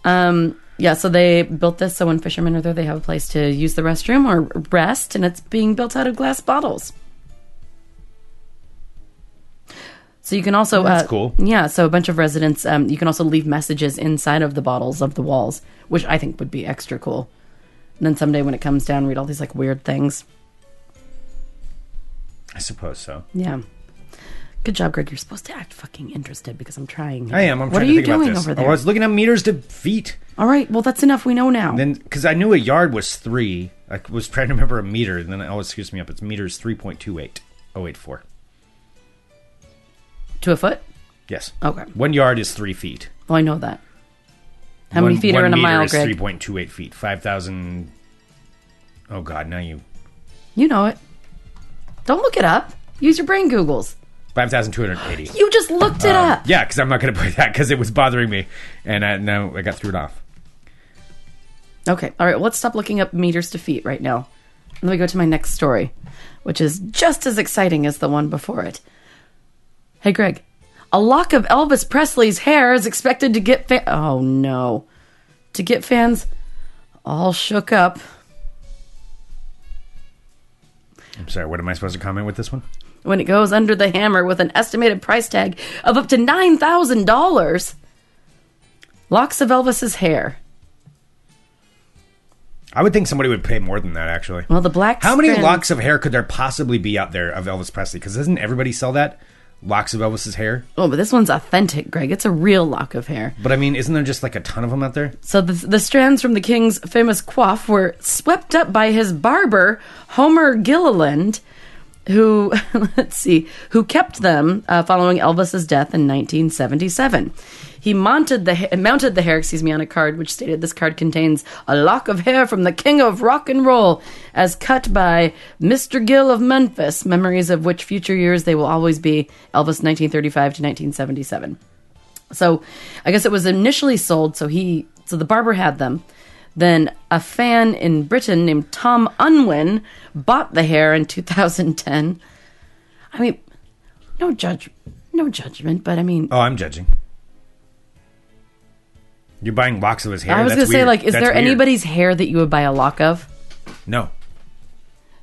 S2: Um, yeah, so they built this so when fishermen are there, they have a place to use the restroom or rest, and it's being built out of glass bottles. So you can also
S1: That's
S2: uh,
S1: cool.
S2: Yeah, so a bunch of residents, um, you can also leave messages inside of the bottles of the walls, which I think would be extra cool. And then someday when it comes down, read all these like weird things.
S1: I suppose so.
S2: Yeah. Good job, Greg. You're supposed to act fucking interested because I'm trying. here.
S1: I am. I'm
S2: what
S1: trying
S2: are
S1: to
S2: you
S1: think about
S2: doing
S1: this.
S2: over
S1: I
S2: there?
S1: was looking at meters to feet.
S2: All right. Well, that's enough. We know now.
S1: Then, because I knew a yard was three, I was trying to remember a meter, and then it always screws me up. It's meters 3.28. 084.
S2: to a foot.
S1: Yes.
S2: Okay.
S1: One yard is three feet.
S2: Oh, I know that. How
S1: one,
S2: many feet
S1: one
S2: are in a
S1: meter
S2: mile,
S1: is
S2: Greg?
S1: 3.28 feet. 5,000. Oh, God, now you.
S2: You know it. Don't look it up. Use your brain googles.
S1: 5,280.
S2: You just looked it up.
S1: Yeah, because I'm not going to put that because it was bothering me, and I, now I got threw it off.
S2: Okay. All right. Well, let's stop looking up meters to feet right now. Let me go to my next story, which is just as exciting as the one before it. Hey, Greg. A lock of Elvis Presley's hair is expected to get fa- oh no, to get fans all shook up.
S1: I'm sorry. What am I supposed to comment with this one?
S2: when it goes under the hammer with an estimated price tag of up to $9,000. Locks of Elvis's hair.
S1: I would think somebody would pay more than that, actually.
S2: Well, the black
S1: How many
S2: strand-
S1: locks of hair could there possibly be out there of Elvis Presley? Because doesn't everybody sell that locks of Elvis's hair?
S2: Oh, but this one's authentic, Greg. It's a real lock of hair.
S1: But I mean, isn't there just like a ton of them out there?
S2: So the, the strands from the king's famous coif were swept up by his barber, Homer Gilliland, who, let's see, who kept them uh, following Elvis's death in 1977. He mounted the, ha- mounted the hair, excuse me, on a card which stated this card contains a lock of hair from the king of rock and roll as cut by Mr. Gill of Memphis, memories of which future years they will always be Elvis 1935 to 1977. So I guess it was initially sold, so he so the barber had them. Then a fan in Britain named Tom Unwin bought the hair in 2010. I mean, no judge no judgment, but I mean
S1: Oh, I'm judging. You're buying locks of his hair.
S2: I was
S1: That's
S2: going to say
S1: weird.
S2: like is
S1: That's
S2: there
S1: weird.
S2: anybody's hair that you would buy a lock of?
S1: No,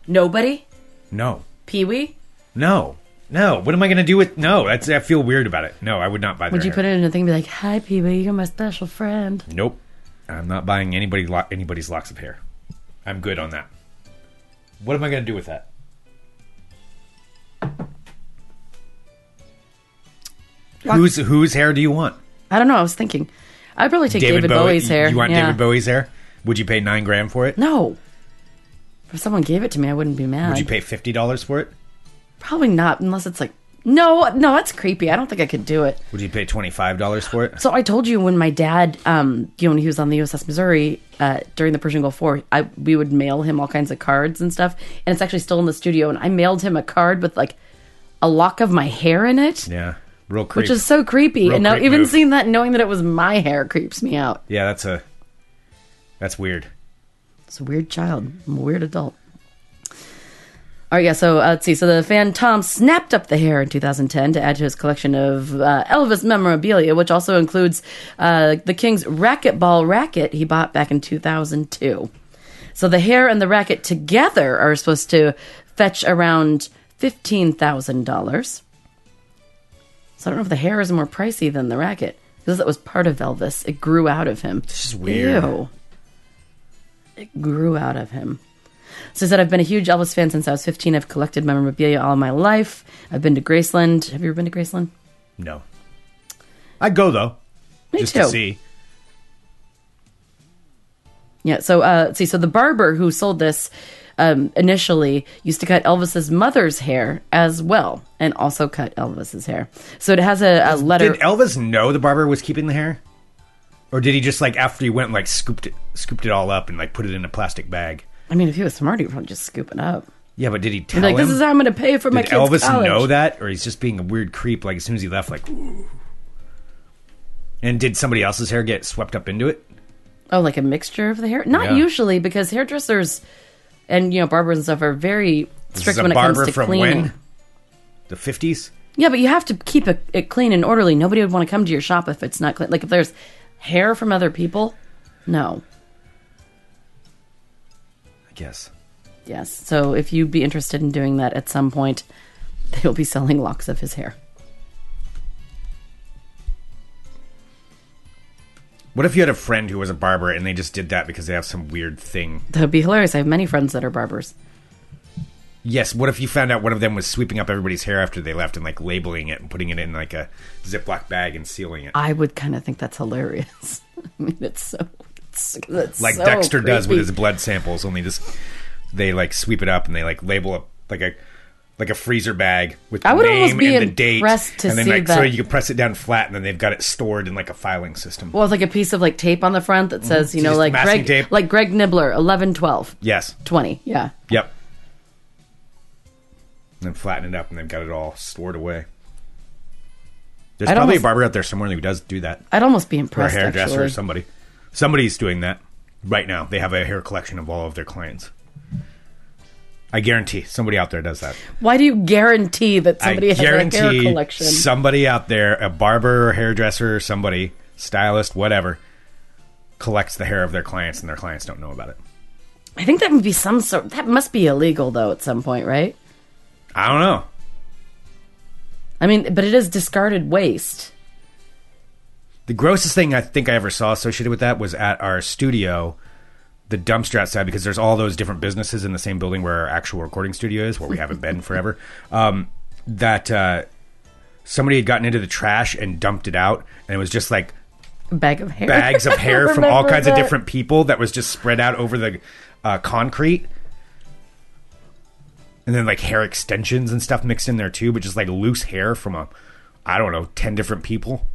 S2: Nobody?
S1: no,
S2: Pee-wee?
S1: no, no. What am I going to do with? No, that's I feel weird about it. No, I would not buy.
S2: Would
S1: their
S2: you
S1: hair.
S2: put it in a thing and be like, "Hi Pee-wee, you're my special friend."
S1: Nope. I'm not buying anybody lo- anybody's locks of hair. I'm good on that. What am I going to do with that? Whose whose hair do you want?
S2: I don't know, I was thinking. I'd probably take David,
S1: Bowie-
S2: Bowie's hair.
S1: You want
S2: yeah.
S1: David Bowie's hair? Would you pay nine grand for it?
S2: No. If someone gave it to me, I wouldn't be mad.
S1: Would you pay fifty dollars for it?
S2: Probably not, unless it's like No, no, that's creepy. I don't think I could do it.
S1: Would you pay twenty five dollars for it?
S2: So I told you when my dad, um, you know, when he was on the USS Missouri uh, during the Persian Gulf War, I, we would mail him all kinds of cards and stuff, and it's actually still in the studio. And I mailed him a card with like a lock of my hair in it,
S1: Yeah, real creep.
S2: which is so creepy.
S1: Real
S2: and now
S1: creep
S2: even
S1: move.
S2: seeing that, knowing that it was my hair, creeps me out.
S1: yeah, that's a that's weird.
S2: It's a weird child. I'm a weird adult. All right, yeah. So uh, let's see. So the fan Tom snapped up the hair in 2010 to add to his collection of uh, Elvis memorabilia, which also includes uh, the King's racquetball racket he bought back in 2002. So the hair and the racket together are supposed to fetch around fifteen thousand dollars. So I don't know if the hair is more pricey than the racket because that was part of Elvis. It grew out of him.
S1: This is weird.
S2: Ew. It grew out of him. So he said, I've been a huge Elvis fan since I was 15. I've collected memorabilia all my life. I've been to Graceland. Have you ever been to Graceland?
S1: No, I'd go though,
S2: Me
S1: just
S2: too.
S1: to see.
S2: Yeah. So, uh, let's see, so the barber who sold this um, initially used to cut Elvis's mother's hair as well, and also cut Elvis's hair. So it has a, a letter.
S1: Did Elvis know the barber was keeping the hair, or did he just like after he went like scooped it scooped it all up and like put it in a plastic bag?
S2: I mean, if he was smart, he would probably just scoop it up.
S1: Yeah, but did he tell
S2: Like
S1: him?
S2: this is how I'm going to pay for my
S1: did
S2: kids'
S1: Elvis
S2: college.
S1: know that, or he's just being a weird creep? Like as soon as he left, like. "Ooh." And did somebody else's hair get swept up into it?
S2: Oh, like a mixture of the hair? Not
S1: Yeah.
S2: usually, because hairdressers and you know barbers and stuff are very
S1: This is
S2: strict
S1: a
S2: when it
S1: barber
S2: comes to
S1: from
S2: cleaning.
S1: when? The fifties.
S2: Yeah, but you have to keep it, it clean and orderly. Nobody would want to come to your shop if it's not clean. Like if there's hair from other people, no.
S1: I guess.
S2: Yes. So if you'd be interested in doing that at some point, they'll be selling locks of his hair.
S1: What if you had a friend who was a barber and they just did that because they have some weird thing?
S2: That would be hilarious. I have many friends that are barbers.
S1: Yes, what if you found out one of them was sweeping up everybody's hair after they left and like labeling it and putting it in like a Ziploc bag and sealing it?
S2: I would kind of think that's hilarious. I mean, it's so it's, it's
S1: Like
S2: so
S1: Dexter does with
S2: creepy.
S1: his blood samples, only just they like sweep it up and they like label a like a like a freezer bag with the
S2: I would almost
S1: name
S2: be
S1: and the date.
S2: impressed to
S1: and then
S2: see
S1: like so
S2: that-
S1: you can press it down flat and then they've got it stored in like a filing system.
S2: Well, it's like a piece of like tape on the front that says, you know,
S1: Mm-hmm. Just
S2: like
S1: masking
S2: Greg,
S1: tape.
S2: like Greg Nibbler, 11, 12,
S1: yes.
S2: 20. Yeah.
S1: Yep. And then flatten it up and they've got it all stored away. There's
S2: I'd
S1: probably
S2: almost-
S1: a barber out there somewhere who does do that.
S2: I'd almost be
S1: or a
S2: impressed.
S1: hairdresser or
S2: actually.
S1: somebody. Somebody's doing that right now. They have a hair collection of all of their clients. I guarantee somebody out there does that.
S2: Why do you guarantee that somebody
S1: I
S2: has a hair
S1: guarantee
S2: collection?
S1: somebody out there, a barber, hairdresser, somebody, stylist, whatever, collects the hair of their clients and their clients don't know about it.
S2: I think that would be some sort. That must be illegal though at some point, right?
S1: I don't know.
S2: I mean, but it is discarded waste.
S1: The grossest thing I think I ever saw associated with that was at our studio, the dumpster outside, because there's all those different businesses in the same building where our actual recording studio is, where we haven't been forever. Um, that uh, somebody had gotten into the trash and dumped it out, and it was just like
S2: A bag of hair.
S1: bags of hair from all
S2: Remember
S1: kinds of
S2: that?
S1: different people that was just spread out over the uh, concrete. And then like hair extensions and stuff mixed in there too, but just like loose hair from a, I don't know, 10 different people.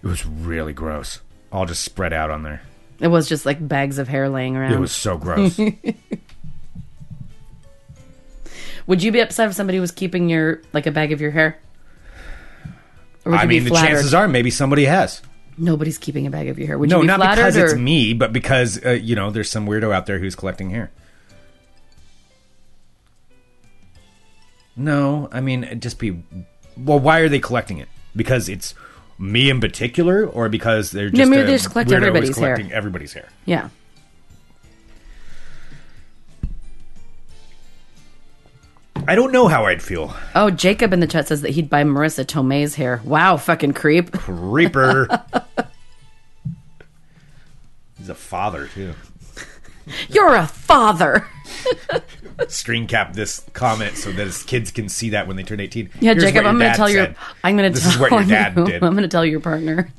S1: It was really gross. All just spread out on there.
S2: It was just like bags of hair laying around.
S1: It was so gross.
S2: Would you be upset if somebody was keeping your like a bag of your hair? Or would
S1: I
S2: you
S1: mean,
S2: be
S1: the
S2: flattered?
S1: chances are maybe somebody has.
S2: nobody's keeping a bag of your hair. Would
S1: No,
S2: you be
S1: not
S2: flattered
S1: because
S2: or
S1: it's me, but because, uh, you know, there's some weirdo out there who's collecting hair. No, I mean, it'd just be. Well, why are they collecting it? Because it's me in particular, or because they're just.
S2: maybe
S1: a
S2: they just collect
S1: weirdo who's
S2: everybody's hair.
S1: collecting everybody's hair.
S2: yeah.
S1: I don't know how I'd feel.
S2: Oh, Jacob in the chat says that he'd buy Marissa Tomei's hair. Wow, fucking creep.
S1: Reaper. He's a father, too.
S2: You're a father.
S1: Screen cap this comment so that his kids can see that when they turn 18.
S2: Yeah,
S1: Here's
S2: Jacob,
S1: what your
S2: I'm going
S1: dad
S2: to tell your
S1: said.
S2: I'm going to
S1: This
S2: tell
S1: is what your dad
S2: you-
S1: did.
S2: I'm going to tell your partner.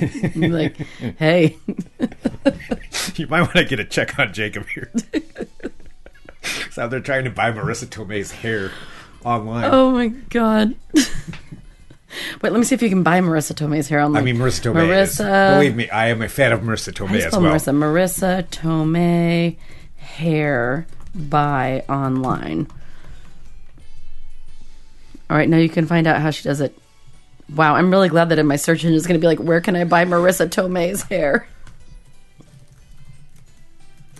S2: Be like, "Hey,
S1: You might want to get a check on Jacob here. He's out there trying to buy Marissa Tomei's hair. online.
S2: Oh my god. Wait, let me see if you can buy Marissa Tomei's hair online.
S1: I mean, Marissa Tomei. is-
S2: Marissa.
S1: believe me, I am a fan of Marissa
S2: How do
S1: Tomei
S2: you
S1: as
S2: spell
S1: well.
S2: Marissa? Marissa Tomei hair buy online. All right, now you can find out how she does it. Wow, I'm really glad that in my search engine is going to be like, where can I buy Marissa Tomei's hair?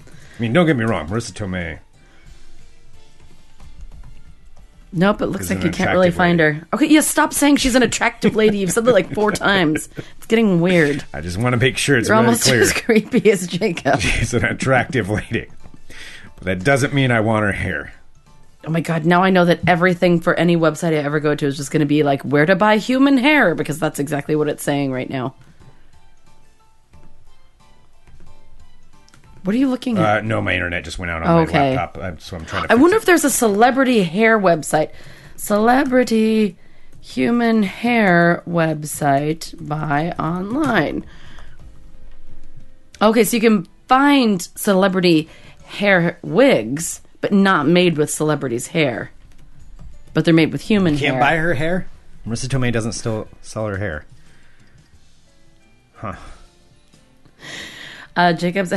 S1: I mean, don't get me wrong, Marissa Tomei.
S2: Nope, it looks
S1: Is an
S2: like you can't really
S1: attractive
S2: find her. Okay, yeah, stop saying she's an attractive lady. You've said that like four times. It's getting weird.
S1: I just want to make sure it's
S2: You're
S1: really
S2: almost
S1: clear.
S2: as creepy as Jacob.
S1: She's an attractive lady, but that doesn't mean I want her hair.
S2: Oh my god, now I know that everything for any website I ever go to is just going to be like where to buy human hair because that's exactly what it's saying right now. What are you looking at?
S1: Uh, no, my internet just went out on my
S2: Okay.
S1: laptop, uh, so I'm trying to.
S2: I
S1: fix
S2: wonder
S1: it.
S2: if there's a celebrity hair website. Celebrity human hair website buy online. Okay, so you can find celebrity hair wigs, but not made with celebrities' hair. But they're made with human
S1: can't
S2: hair.
S1: buy her hair. Marissa Tomei doesn't still sell her hair.
S2: Uh, Jacob's,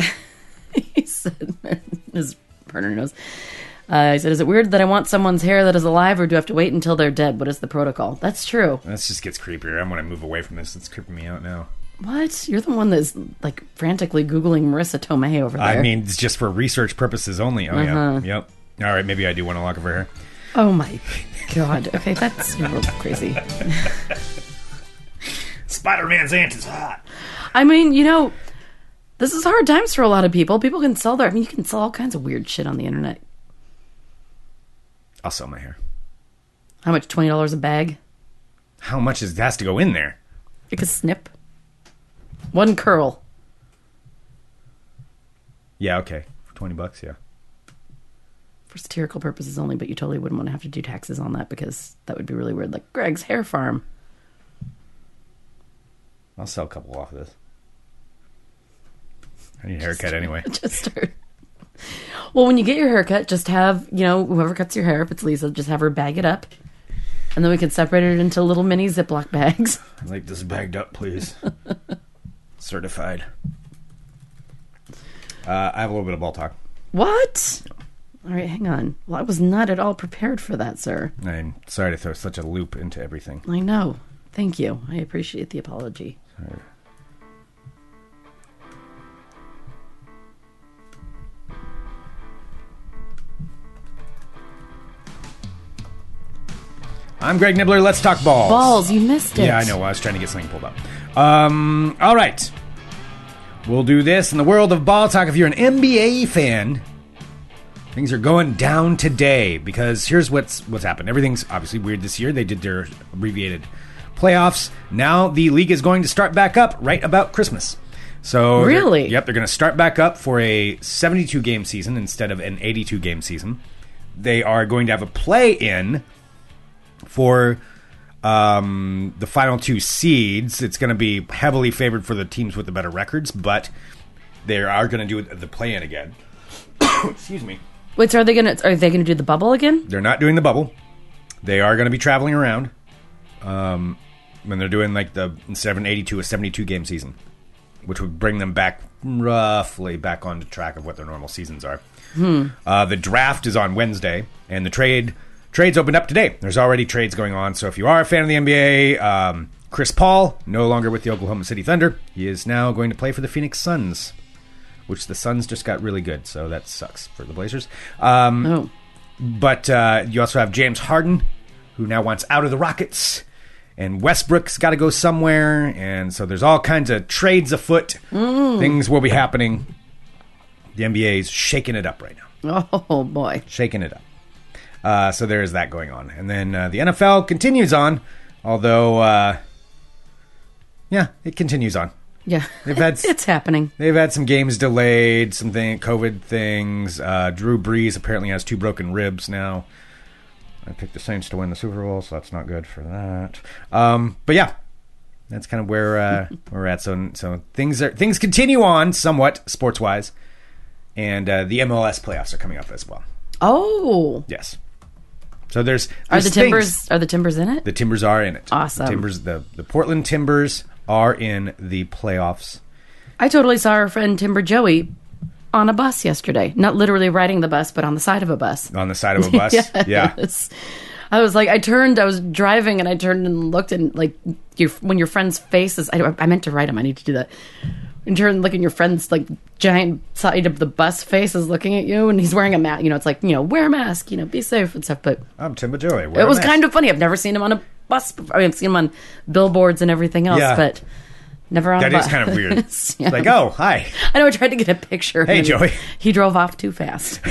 S2: he said, his partner knows. Uh, he said, Is it weird that I want someone's hair that is alive, or do I have to wait until they're dead? What is the protocol? That's true.
S1: This just gets creepier. I'm gonna move away from this. It's creeping me out now.
S2: What? You're the one that's like frantically Googling Marissa Tomei over there.
S1: I mean, it's just for research purposes only. Oh yeah, yep. All right, maybe I do want to lock up her hair.
S2: oh my god. Okay, that's a little crazy.
S1: Spider-Man's aunt is hot.
S2: I mean, you know, this is hard times for a lot of people. People can sell their, I mean, you can sell all kinds of weird shit on the internet.
S1: I'll sell my hair.
S2: How much? $20 a bag?
S1: How much is has to go in there?
S2: Like a snip? One curl.
S1: Yeah, okay, for twenty bucks. Yeah.
S2: for satirical purposes only, but you totally wouldn't want to have to do taxes on that because that would be really weird. Like Greg's hair farm.
S1: I'll sell a couple off of this. I need a haircut anyway.
S2: Just start. well, when you get your haircut, just have you know whoever cuts your hair, if it's Lisa, just have her bag it up, and then we can separate it into little mini Ziploc bags.
S1: I'd like this bagged up, please. Certified. Uh, I have a little bit of ball talk.
S2: what? All right, hang on. Well, I was not at all prepared for that, sir.
S1: I'm sorry to throw such a loop into everything.
S2: I know. Thank you. I appreciate the apology.
S1: I'm Greg Nibbler. Let's talk balls.
S2: Balls, you missed it.
S1: Yeah, I know. I was trying to get something pulled up. Um, all right. We'll do this in the world of ball talk. If you're an NBA fan, things are going down today because here's what's what's happened. Everything's obviously weird this year. They did their abbreviated playoffs. Now the league is going to start back up right about Christmas. So they're-
S2: Really?
S1: yep, they're going to start back up for a 72 game season instead of an 82 game season. They are going to have a play in for um, the final two seeds. It's going to be heavily favored for the teams with the better records, but they are going to do the play in again. Excuse me.
S2: Wait, so are they gonna are they gonna do the bubble again?
S1: They're not doing the bubble. They are going to be traveling around. Um, when they're doing like the instead of an 82, a 72 game season, which would bring them back roughly back onto track of what their normal seasons are. Uh, the draft is on Wednesday, and the trade trades opened up today. There's already trades going on. So if you are a fan of the NBA, um, Chris Paul no longer with the Oklahoma City Thunder. He is now going to play for the Phoenix Suns, which the Suns just got really good. So that sucks for the Blazers. Um,
S2: Oh,
S1: but uh, you also have James Harden, who now wants out of the Rockets, and Westbrook's got to go somewhere, and so there's all kinds of trades afoot. Things will be happening. The NBA's shaking it up right now,
S2: oh boy.
S1: shaking it up. Uh, so there is that going on, and then uh, the NFL continues on, although, uh, yeah, it continues on.
S2: Yeah,
S1: They've had
S2: it's happening.
S1: They've had some games delayed, some thing, COVID things. Uh, Drew Brees apparently has two broken ribs now. I picked the Saints to win the Super Bowl, so that's not good for that. Um, but yeah, that's kind of where uh, we're at. So, so things are things continue on somewhat sports wise, and uh, the MLS playoffs are coming up as well.
S2: Oh,
S1: Yes, So there's,
S2: Are
S1: there's
S2: the
S1: things.
S2: timbers are the timbers in it?
S1: The Timbers are in it.
S2: Awesome.
S1: The timbers. The the Portland Timbers are in the playoffs.
S2: I totally saw our friend Timber Joey on a bus yesterday. Not literally riding the bus, but on the side of a bus.
S1: on the side of a bus. Yeah.
S2: Yes. I was like, I turned, I was driving, and I turned and looked, and like your when your friend's face is. I, I meant to write him. I need to do that. And turn and look, and your friend's like giant side of the bus face is looking at you, and he's wearing a mask. You know, it's like you know, wear a mask. You know, be safe and stuff. But
S1: I'm Timber Joey.
S2: it was kind of funny. I've never seen him on a bus. Before. I mean, I've seen him on billboards and everything else,
S1: Yeah.
S2: but never on.
S1: That
S2: a
S1: is
S2: bus.
S1: kind of weird.
S2: Yeah.
S1: Like, oh, hi.
S2: I know. I tried to get a picture.
S1: Hey,
S2: and
S1: Joey.
S2: He drove off too fast.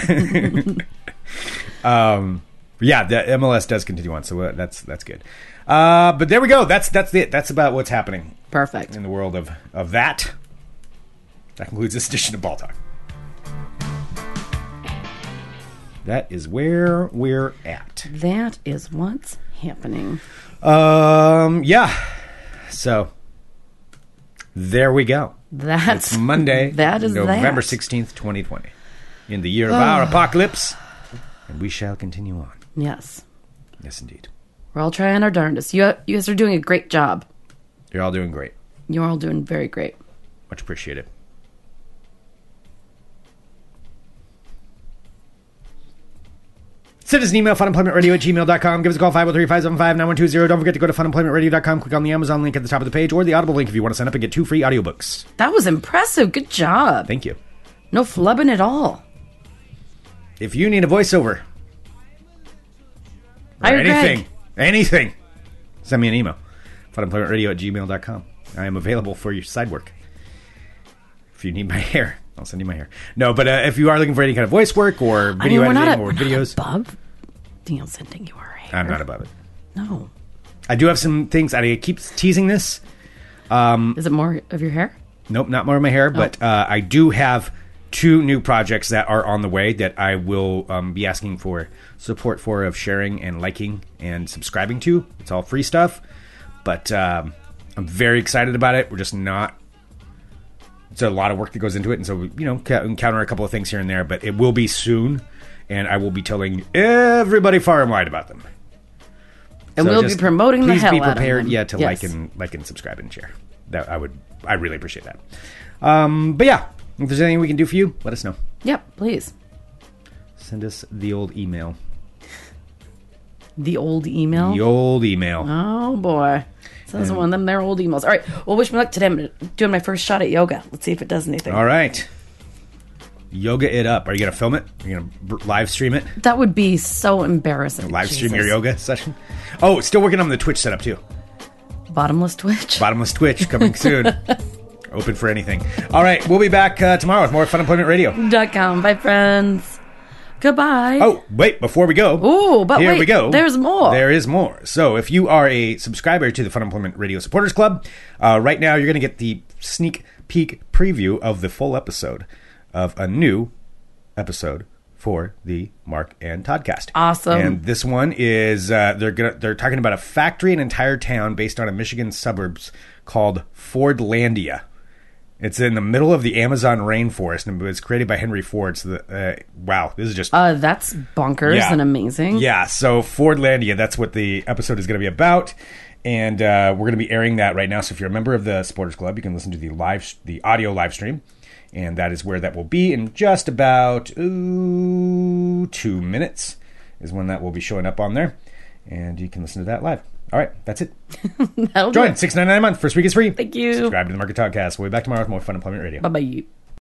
S1: Yeah, the MLS does continue on, so uh, that's that's good. Uh, but there we go. That's that's it. That's about what's happening
S2: Perfect.
S1: in the world of of that. That concludes this edition of Ball Talk. That is where we're at.
S2: That is what's happening.
S1: Um, yeah. So there we go.
S2: That's
S1: It's Monday,
S2: That is
S1: November
S2: that.
S1: sixteenth, twenty twenty, in the year of our apocalypse, and we shall continue on.
S2: Yes.
S1: Yes, indeed.
S2: We're all trying our darndest. You, you guys are doing a great job.
S1: You're all doing great.
S2: You're all doing very great.
S1: Much appreciated. Send us an email, funemploymentradio at gmail.com. Give us a call, 503-575-9120. Don't forget to go to funemploymentradio.com. Click on the Amazon link at the top of the page or the Audible link if you want to sign up and get two free audiobooks.
S2: That was impressive. Good job.
S1: Thank you.
S2: No flubbing at all.
S1: If you need a voiceover or
S2: Hire Greg.
S1: anything, anything, send me an email. Funemploymentradio at gmail.com. I am available for your side work. If you need my hair, I'll send you my hair. No, but uh, if you are looking for any kind of voice work or
S2: I
S1: video
S2: mean, we're not,
S1: editing
S2: a,
S1: or
S2: we're
S1: videos,
S2: not above Daniel sending you our hair.
S1: I'm not above it.
S2: No.
S1: I do have some things. I keep teasing this.
S2: Is it more of your hair?
S1: Nope, not more of my hair, but uh, I do have two new projects that are on the way that I will um, be asking for support for, of sharing and liking and subscribing to. It's all free stuff, but um, I'm very excited about it. We're just not. It's a lot of work that goes into it, and so we, you know, ca- encounter a couple of things here and there, but it will be soon, and I will be telling everybody far and wide about them.
S2: And
S1: So
S2: we'll
S1: just
S2: be promoting the
S1: please
S2: hell
S1: be
S2: out of
S1: prepared,
S2: them.
S1: yeah, to
S2: Yes.
S1: like and like and subscribe and share. That I would, I really appreciate that. Um, but yeah, if there's anything we can do for you, let us know.
S2: Yep, please.
S1: Send us the old email,
S2: The old email.
S1: the old email.
S2: Oh boy. Sounds one of them their old emails. All right. Well, wish me luck today. I'm doing my first shot at yoga. Let's see if it does anything.
S1: All right, yoga it up. Are you gonna film it? Are you gonna b- live stream it?
S2: That would be so embarrassing.
S1: Live stream your
S2: Jesus.
S1: yoga session? Oh, still working on the Twitch setup too.
S2: Bottomless Twitch.
S1: Bottomless Twitch coming soon. Open for anything. All right, we'll be back uh, tomorrow with more Fun Employment Radio.
S2: dot com. Bye, friends. Goodbye.
S1: Oh, wait, before we go.
S2: Ooh, but
S1: Here
S2: wait,
S1: we go.
S2: There's more.
S1: There is more. So if you are a subscriber to the Fun Employment Radio Supporters Club, uh, right now you're going to get the sneak peek preview of the full episode of a new episode for the Mark and Toddcast.
S2: Awesome.
S1: And this one is uh, they're gonna, they're talking about a factory and entire town based on a Michigan suburbs called Fordlandia. It's in the middle of the Amazon rainforest, and it was created by Henry Ford. So, the, uh, wow, this is just
S2: Uh, that's bonkers
S1: Yeah.
S2: and amazing.
S1: yeah, so Fordlandia, that's what the episode is going to be about. And uh, we're going to be airing that right now. So if you're a member of the Supporters Club, you can listen to the live, the audio live stream, and that is where that will be in just about ooh, two minutes is when that will be showing up on there, and you can listen to that live. All right, that's it.
S2: That'll do
S1: Join six ninety nine a month. First week is free. Thank
S2: you.
S1: Subscribe to the Market Podcast. We'll be back tomorrow with more Fun Employment Radio.
S2: Bye bye.